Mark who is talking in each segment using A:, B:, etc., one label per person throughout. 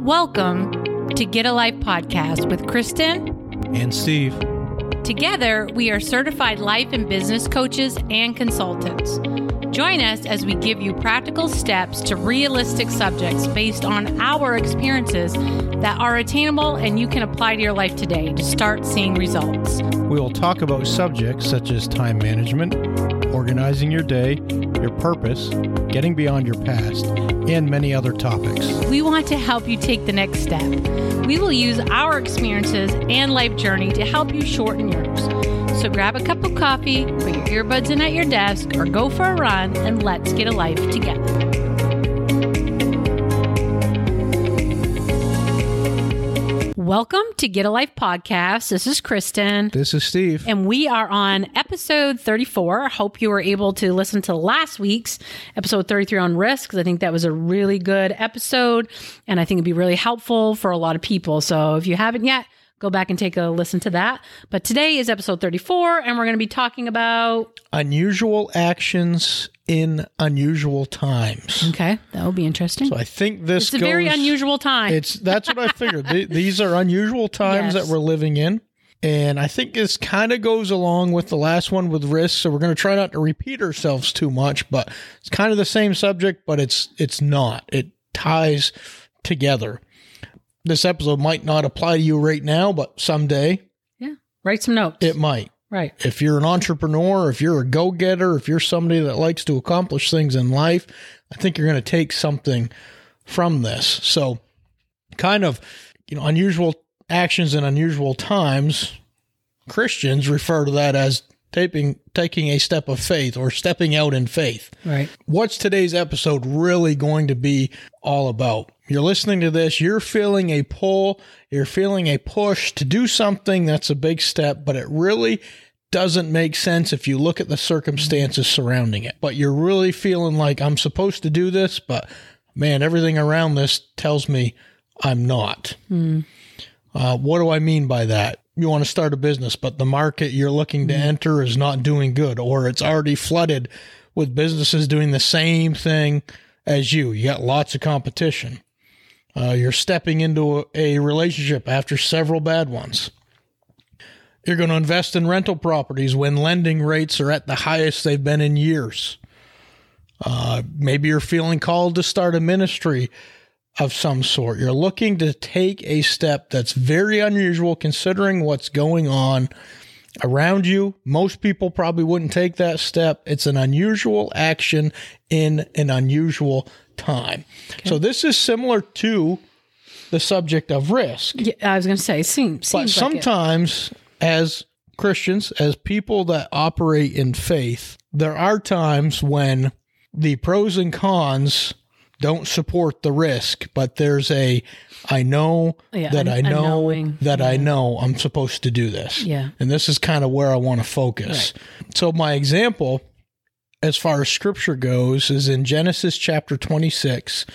A: Welcome to Get a Life Podcast with Kristen.
B: and Steve.
A: Together, we are certified life and business coaches and consultants. Join us as we give you practical steps to realistic subjects based on our experiences that are attainable and you can apply to your life today to start seeing results.
B: We will talk about subjects such as time management, organizing your day, your purpose, getting beyond your past, and many other topics.
A: We want to help you take the next step. We will use our experiences and life journey to help you shorten yours. So grab a cup of coffee, put your earbuds in at your desk, or go for a run and let's get a life together. Welcome to Get a Life Podcast. This is Kristen.
B: This is Steve.
A: And we are on episode 34. I hope you were able to listen to last week's episode 33 on risk. 'cause I think that was a really good episode. And I think it'd be really helpful for a lot of people. So if you haven't yet, go back and take a listen to that. But today is episode 34, and we're going to be talking about.
B: Unusual actions in unusual times.
A: Okay, that will be interesting.
B: So I think this
A: it's a
B: goes,
A: very unusual time.
B: It's that's what I figured. Th- These are unusual
A: Yes.
B: times that we're living in. And I think this kind of goes along with the last one with risk, so we're going to try not to repeat ourselves too much. But it's kind of the same subject, but it's it's not. It ties together. This episode might not apply to you right now, but someday
A: yeah, write some notes.
B: it might.
A: right.
B: If you're an entrepreneur, if you're a go getter, if you're somebody that likes to accomplish things in life, I think you're going to take something from this. So, kind of, you know, unusual actions in unusual times, Christians refer to that as taping, taking a step of faith or stepping out in faith
A: Right.
B: what's today's episode really going to be all about? You're listening to this, you're feeling a pull, you're feeling a push to do something that's a big step, but it really doesn't make sense if you look at the circumstances surrounding it. But you're really feeling like I'm supposed to do this, but man, everything around this tells me I'm not. Uh, what do I mean by that? You want to start a business, but the market you're looking to enter is not doing good, or it's already flooded with businesses doing the same thing as you. You got lots of competition. Uh, you're stepping into a, a relationship after several bad ones. You're going to invest in rental properties when lending rates are at the highest they've been in years. Uh, maybe you're feeling called to start a ministry of some sort. You're looking to take a step that's very unusual considering what's going on around you. Most people probably wouldn't take that step. It's an unusual action in an unusual time. So, this is similar to the subject of risk.
A: Yeah, I was going to say, seems,
B: But
A: seems like it.
B: sometimes, as Christians, as people that operate in faith, there are times when the pros and cons don't support the risk, but there's a I know
A: Yeah,
B: that
A: a-
B: I
A: a
B: know
A: knowing.
B: that I know I'm supposed to do this.
A: Yeah.
B: And this is kind of where I want to focus. So my example as far as scripture goes is in Genesis chapter 26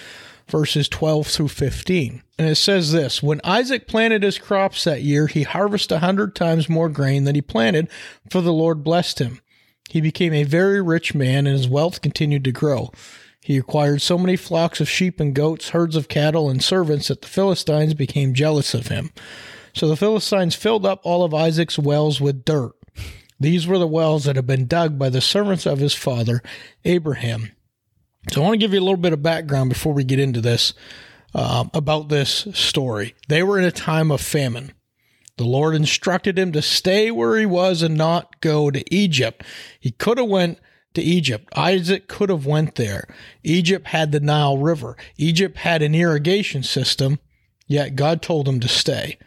B: verses 12 through 15. And it says this When Isaac planted his crops that year, he harvested a hundred times more grain than he planted, for the Lord blessed him. He became a very rich man, and his wealth continued to grow. He acquired so many flocks of sheep and goats, herds of cattle, and servants that the Philistines became jealous of him. So the Philistines filled up all of Isaac's wells with dirt. These were the wells that had been dug by the servants of his father, Abraham. So I want to give you a little bit of background before we get into this um, about this story. They were in a time of famine. The Lord instructed him to stay where he was and not go to Egypt. He could have went to Egypt. Isaac could have went there. Egypt had the Nile River. Egypt had an irrigation system, yet God told him to stay.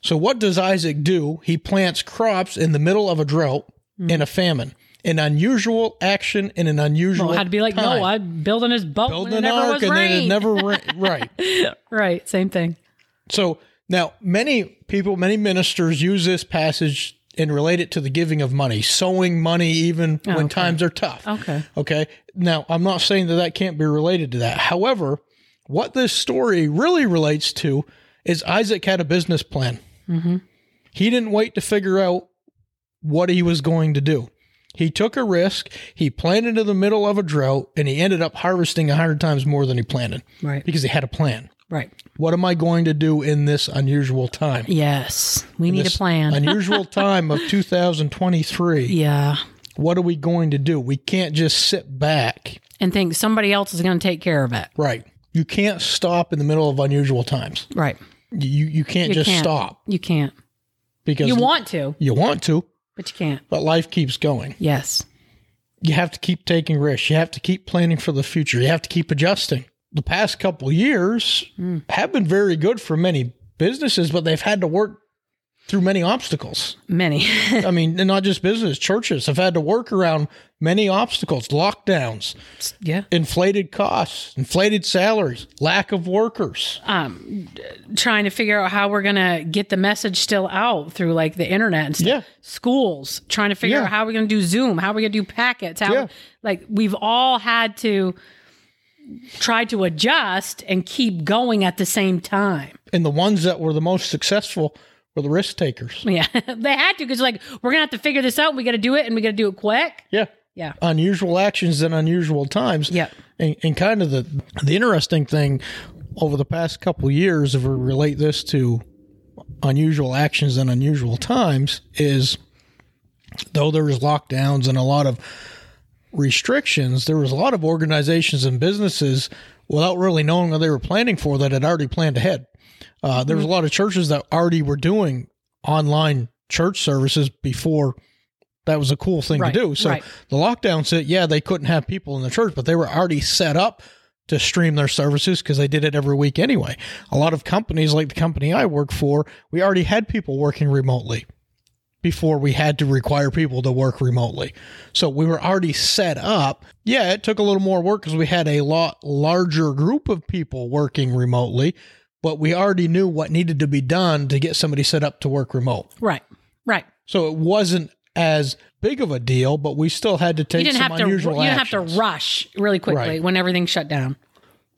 B: So what does Isaac do? He plants crops in the middle of a drought
A: Hmm.
B: and a famine. An unusual action in an unusual
A: Well, I'd be like,
B: time.
A: no, I'm building his boat
B: Build
A: when it
B: an
A: never
B: ark
A: was
B: and
A: rain.
B: then it never ra- right.
A: right, same thing.
B: So now many people, many ministers use this passage and relate it to the giving of money, sowing money even
A: Oh,
B: when times are tough.
A: Okay.
B: Okay. Now, I'm not saying that that can't be related to that. However, what this story really relates to is Isaac had a business plan.
A: Mm-hmm.
B: He didn't wait to figure out what he was going to do. He took a risk. He planted into the middle of a drought and he ended up harvesting 100 times more than he planted
A: Right.
B: because he had a plan.
A: Right.
B: What am I going to do in this unusual time?
A: Yes. We need
B: This
A: a plan.
B: unusual time of 2023.
A: yeah.
B: What are we going to do? We can't just sit back.
A: And think somebody else is going to take care of it.
B: Right. You can't stop in the middle of unusual times.
A: Right.
B: You you can't
A: You
B: just
A: can't.
B: stop
A: You can't.
B: because
A: You want to,
B: you want to,
A: but you can't.
B: but life keeps going.
A: Yes.
B: You have to keep taking risks. You have to keep planning for the future. You have to keep adjusting. The past couple years
A: Hmm.
B: have been very good for many businesses, but they've had to work through many obstacles.
A: Many.
B: I mean, and not just business, churches have had to work around many obstacles, lockdowns,
A: yeah.
B: inflated costs, inflated salaries, lack of workers.
A: Um, d- trying to figure out how we're going to get the message still out through like the internet and stuff.
B: Yeah.
A: Schools trying to figure
B: Yeah.
A: out how we're going to do Zoom, how we're going to do packets, how
B: Yeah.
A: like we've all had to try to adjust and keep going at the same time.
B: And the ones that were the most successful were the risk takers.
A: Yeah, they had to because like we're gonna have to figure this out. We got to do it, and we got to do it quick.
B: Yeah.
A: Yeah,
B: Unusual actions in unusual times.
A: Yeah.
B: And, and kind of the the interesting thing over the past couple years, if we relate this to unusual actions in unusual times, is though there was lockdowns and a lot of restrictions, there was a lot of organizations and businesses without really knowing what they were planning for that had already planned ahead. Uh, there was a
A: Mm-hmm.
B: lot of churches that already were doing online church services before that was a cool thing
A: Right,
B: to do. So
A: right.
B: the lockdown said, yeah, they couldn't have people in the church, but they were already set up to stream their services because they did it every week anyway. A lot of companies, like the company I work for, we already had people working remotely before we had to require people to work remotely. So we were already set up. Yeah, it took a little more work because we had a lot larger group of people working remotely, but we already knew what needed to be done to get somebody set up to work remote.
A: right, right.
B: So it wasn't as big of a deal, but we still had to
A: You
B: take
A: didn't
B: some
A: have to. You
B: unusual
A: didn't have
B: actions.
A: to rush really quickly
B: Right.
A: when everything shut down.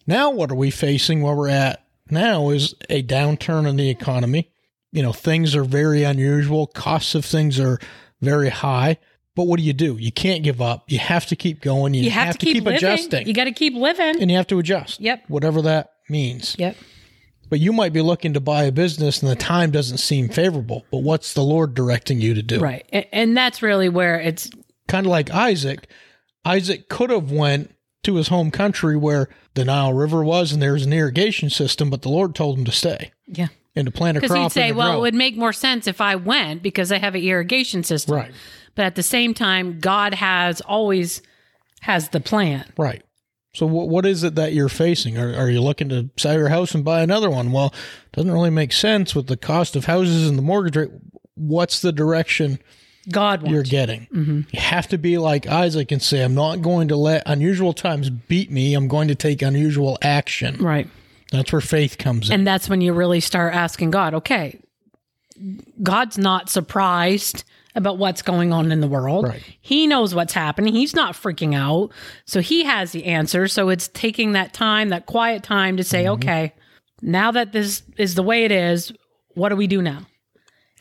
B: Now, what are we facing where we're at now is a downturn in the economy. You know, things are very unusual, costs of things are very high. But what do you do? You can't give up. You have to keep going. You,
A: You have, to keep, living.
B: adjusting.
A: You got to keep living.
B: and you have to adjust.
A: Yep.
B: Whatever that means.
A: yep.
B: But you might be looking to buy a business and the time doesn't seem favorable. But what's the Lord directing you to do?
A: Right, and, and that's really where it's
B: kind of like Isaac, Isaac could have went to his home country where the Nile River was and there's an irrigation system, but the Lord told him to stay
A: yeah.
B: and to plant a
A: Because
B: crop.
A: he'd say,
B: and to
A: well,
B: grow.
A: it would make more sense if I went because I have an irrigation system.
B: right,
A: But at the same time, God has always has the plan.
B: right. So what what is it that you're facing? Are, are you looking to sell your house and buy another one? Well, doesn't really make sense with the cost of houses and the mortgage rate. What's the direction
A: God wants.
B: you're getting? You have to be like Isaac and say, I'm not going to let unusual times beat me. I'm going to take unusual action.
A: right.
B: That's where faith comes in.
A: And that's when you really start asking God, okay, God's not surprised about what's going on in the world.
B: Right.
A: He knows what's happening. He's not freaking out. So he has the answer. So it's taking that time, that quiet time to say, okay, now that this is the way it is, what do we do now?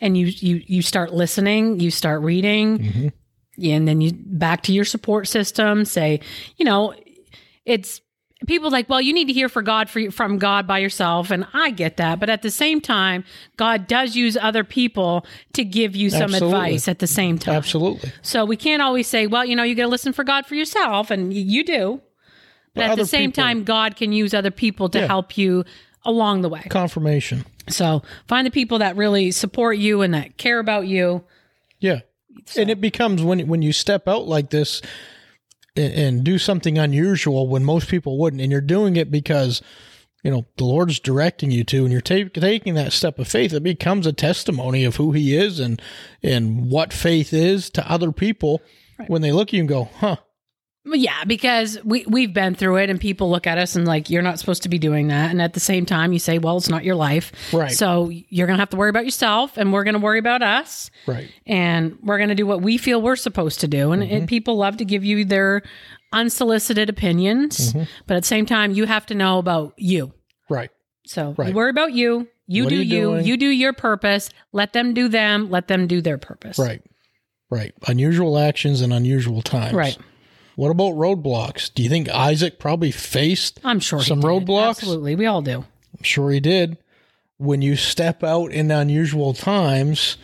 A: And you you you start listening, you start reading,
B: Mm-hmm.
A: and then you back to your support system, say, you know, it's people like, well, you need to hear for God for, from God by yourself, and I get that, but at the same time, God does use other people to give you some
B: Absolutely.
A: advice at the same time.
B: Absolutely.
A: So we can't always say, well, you know, you got to listen for God for yourself, and y- you do, but, at
B: other
A: the same
B: people-
A: time, God can use other people to help you along the way.
B: Confirmation.
A: So find the people that really support you and that care about you.
B: Yeah. And it becomes when when you step out like this and, and do something unusual when most people wouldn't, and you're doing it because you know the Lord's directing you to, and you're ta- taking that step of faith. It becomes a testimony of who He is and and what faith is to other people when they look at you and go, "Huh."
A: Well, Yeah, because we we've been through it, and people look at us and like, you're not supposed to be doing that. And at the same time, you say, well, it's not your life,
B: Right.
A: So you're gonna have to worry about yourself, and we're gonna worry about us,
B: Right.
A: and we're gonna do what we feel we're supposed to do. And,
B: Mm-hmm.
A: and people love to give you their unsolicited opinions,
B: Mm-hmm.
A: but at the same time, you have to know about you.
B: Right.
A: So
B: Right.
A: you worry about you. You
B: What
A: do
B: are you
A: you.
B: doing?
A: You do your purpose. Let them do them. Let them do their purpose.
B: Right. Right. Unusual actions and unusual times.
A: Right.
B: What about roadblocks? Do you think Isaac probably faced
A: I'm sure he
B: Some
A: did.
B: roadblocks?
A: Absolutely, we all do.
B: sure he did. When you step out in unusual times,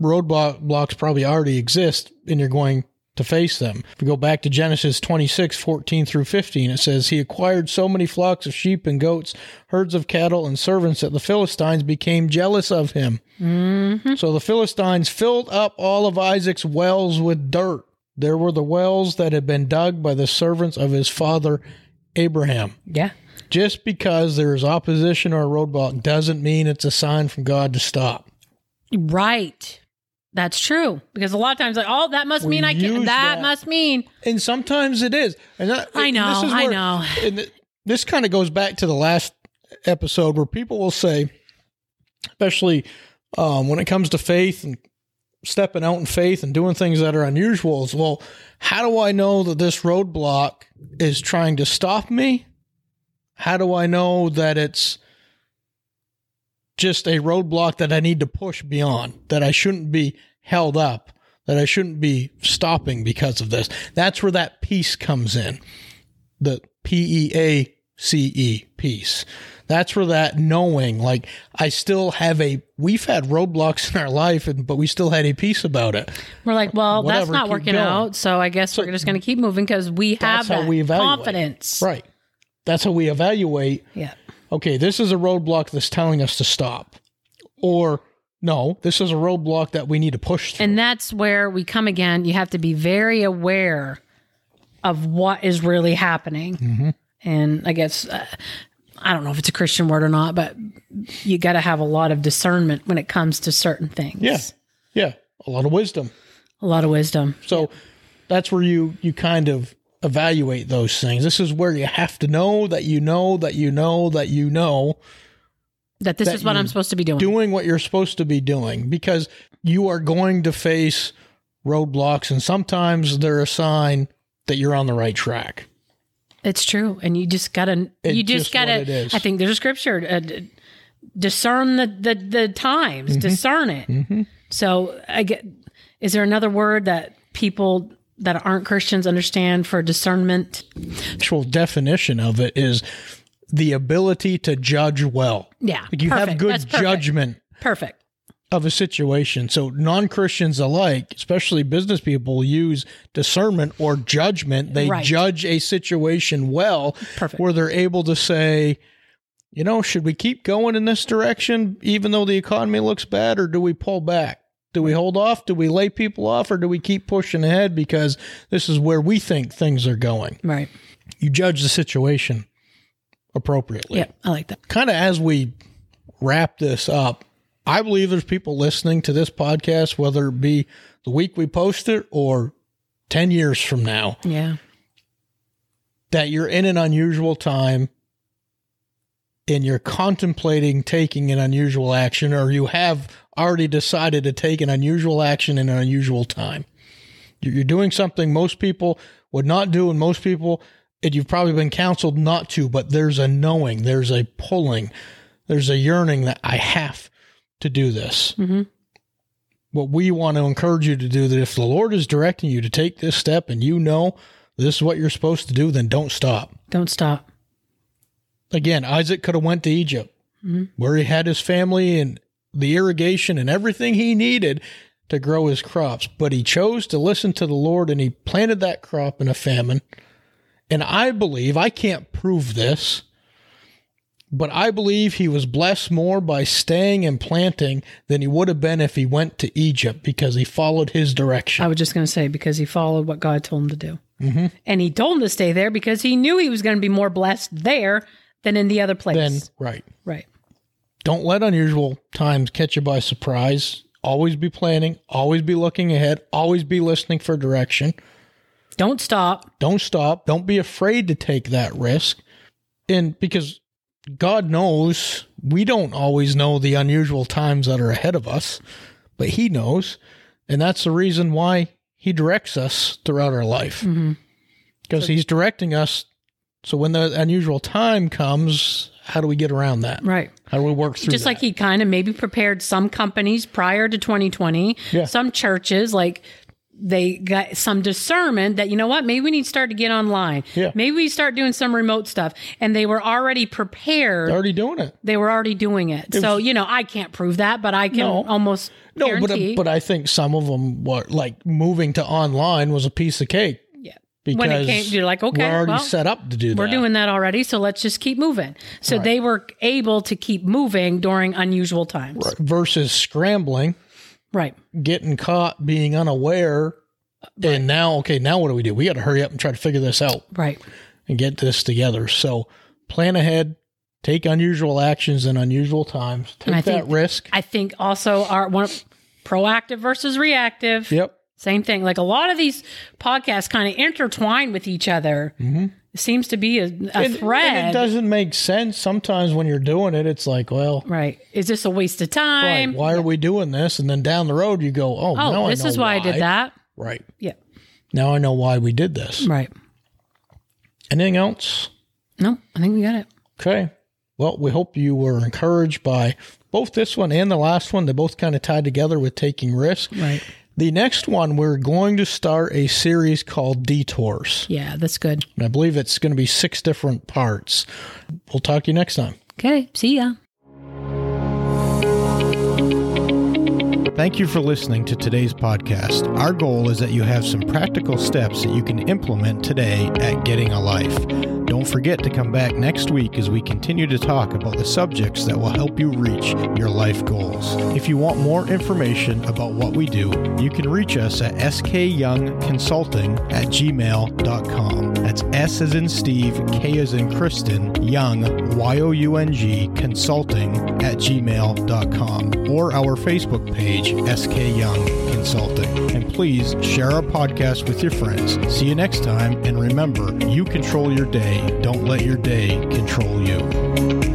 B: roadblock blocks probably already exist and you're going to face them. If we go back to Genesis 26, 14 through 15, it says, He acquired so many flocks of sheep and goats, herds of cattle, and servants that the Philistines became jealous of him.
A: Mm-hmm.
B: So the Philistines filled up all of Isaac's wells with dirt. There were the wells that had been dug by the servants of his father Abraham.
A: Yeah.
B: Just because there is opposition or a roadblock doesn't mean it's a sign from God to stop.
A: Right. That's true. Because a lot of times, like, oh, that must
B: We
A: mean I can't.
B: use
A: That,
B: that.
A: must mean.
B: And sometimes it is. And that,
A: I
B: and
A: know,
B: This is
A: I
B: where-
A: know.
B: And th- this kind of goes back to the last episode where people will say, especially um, when it comes to faith and stepping out in faith and doing things that are unusual, is well, how do I know that this roadblock is trying to stop me? How do I know that it's just a roadblock that I need to push beyond, that I shouldn't be held up, that I shouldn't be stopping because of this. That's where that peace comes in. The P E A C E peace. That's where that knowing, like I still have a, we've had roadblocks in our life, and, but we still had a peace about it.
A: We're like, well, that's
B: Whatever,
A: not
B: keep
A: working
B: going.
A: out. So I guess we're just going to keep moving because we have
B: That's how
A: that
B: we evaluate.
A: confidence.
B: Right. That's how we evaluate
A: Yeah.
B: okay, this is a roadblock that's telling us to stop. Or no, this is a roadblock that we need to push through.
A: And that's where we come again. You have to be very aware of what is really happening.
B: Mm-hmm.
A: And I guess, uh, I don't know if it's a Christian word or not, but you got to have a lot of discernment when it comes to certain things.
B: Yeah. Yeah. A lot of wisdom.
A: A lot of wisdom.
B: So that's where you you kind of evaluate those things. This is where you have to know that you know that you know that you know
A: That this is
B: That
A: what
B: you
A: I'm supposed to be doing.
B: doing what you're supposed to be doing because you are going to face roadblocks and sometimes they're a sign that you're on the right track.
A: It's true, and you just gotta,
B: It's
A: you just,
B: just what it
A: gotta.
B: is.
A: I think there's a scripture: uh, d- discern the the, the times,
B: Mm-hmm.
A: discern it. So, I get. Is there another word that people that aren't Christians understand for discernment?
B: Actual definition of it is the ability to judge well.
A: Yeah,
B: Like you have
A: perfect.
B: good
A: That's perfect.
B: judgment
A: Perfect.
B: of a situation. So non Christians alike, especially business people, use discernment or judgment. They
A: Right.
B: judge a situation well,
A: Perfect.
B: where they're able to say, you know, should we keep going in this direction, even though the economy looks bad, or do we pull back? Do we hold off? Do we lay people off, or do we keep pushing ahead because this is where we think things are going?
A: Right.
B: You judge the situation appropriately
A: Yeah, I like that.
B: kind of as we wrap this up, I believe there's people listening to this podcast, whether it be the week we post it or 10 years from now,
A: Yeah.
B: that you're in an unusual time and you're contemplating taking an unusual action or you have already decided to take an unusual action in an unusual time. You're you're doing something most people would not do, and most people, and you've probably been counseled not to, but there's a knowing, there's a pulling, there's a yearning that I have to do this.
A: Mhm.
B: What we want to encourage you to do that if the Lord is directing you to take this step and you know this is what you're supposed to do, then don't stop
A: Don't stop.
B: again isaac could have went to egypt where he had his family and the irrigation and everything he needed to grow his crops but he chose to listen to the lord and he planted that crop in a famine and i believe i can't prove this but i believe he was blessed more by staying and planting than he would have been if he went to egypt because he followed his direction
A: I was just going to say because he followed what God told him to do.
B: Mm-hmm.
A: And he told him to stay there because he knew he was going to be more blessed there than in the other place.
B: then right
A: right.
B: Don't let unusual times catch you by surprise. Always be planning, always be looking ahead, always be listening for direction.
A: Don't stop.
B: Don't stop. Don't be afraid to take that risk. And because God knows we don't always know the unusual times that are ahead of us, but He knows. And that's the reason why He directs us throughout our life.
A: Mm-hmm.
B: Because He's directing us. So when the unusual time comes, how do we get around that?
A: Right.
B: How do we work through
A: just
B: that?
A: like he kind of maybe prepared some companies prior to 2020
B: Yeah.
A: some churches like they got some discernment that you know what maybe we need to start to get online
B: Yeah.
A: maybe we start doing some remote stuff and they were already prepared
B: They're already doing it.
A: they were already doing it so you know i can't prove that but i can
B: No.
A: almost
B: No, but uh,
A: guarantee
B: but I think some of them were like moving to online was a piece of cake.
A: Yeah.
B: Because
A: When it came- you're like, okay,
B: we're already
A: well,
B: set up to do that.
A: we're doing that already so let's just keep moving so they were able to keep moving during unusual times right,
B: versus scrambling, getting caught, being unaware, and now okay, now what do we do? We got to hurry up and try to figure this out
A: right.
B: and get this together. So plan ahead, take unusual actions in unusual times,
A: And I
B: take that
A: think-
B: risk.
A: I think also our one proactive versus reactive.
B: Yep.
A: Same thing. Like a lot of these podcasts kind of intertwine with each other. It seems to be a, a
B: Mm-hmm. And-
A: thread.
B: And it doesn't make sense sometimes when you're doing it. It's like, well,
A: right. Is this a waste of
B: right,
A: time?
B: why are we doing this? And then down the road you go, oh,
A: Oh,
B: now I
A: this
B: know
A: is why, I did that.
B: Right.
A: Yeah.
B: Now I know why we did this.
A: Right.
B: Anything else?
A: No, I think we got it.
B: Okay. Well, we hope you were encouraged by both this one and the last one. They both kind of tied together with taking risks.
A: Right.
B: The next one, we're going to start a series called Detours.
A: Yeah, that's good.
B: And I believe it's going to be six different parts. We'll talk to you next time.
A: Okay. See ya.
B: Thank you for listening to today's podcast. Our goal is that you have some practical steps that you can implement today at Getting a Life. Don't forget to come back next week as we continue to talk about the subjects that will help you reach your life goals. If you want more information about what we do, you can reach us at skyoungconsulting at gmail.com. That's S as in Steve, K as in Kristen, Young, Y O U N G, consulting at gmail.com or our Facebook page, SK Young Consulting. And please share our podcast with your friends. See you next time. And remember, you control your day. Don't let your day control you.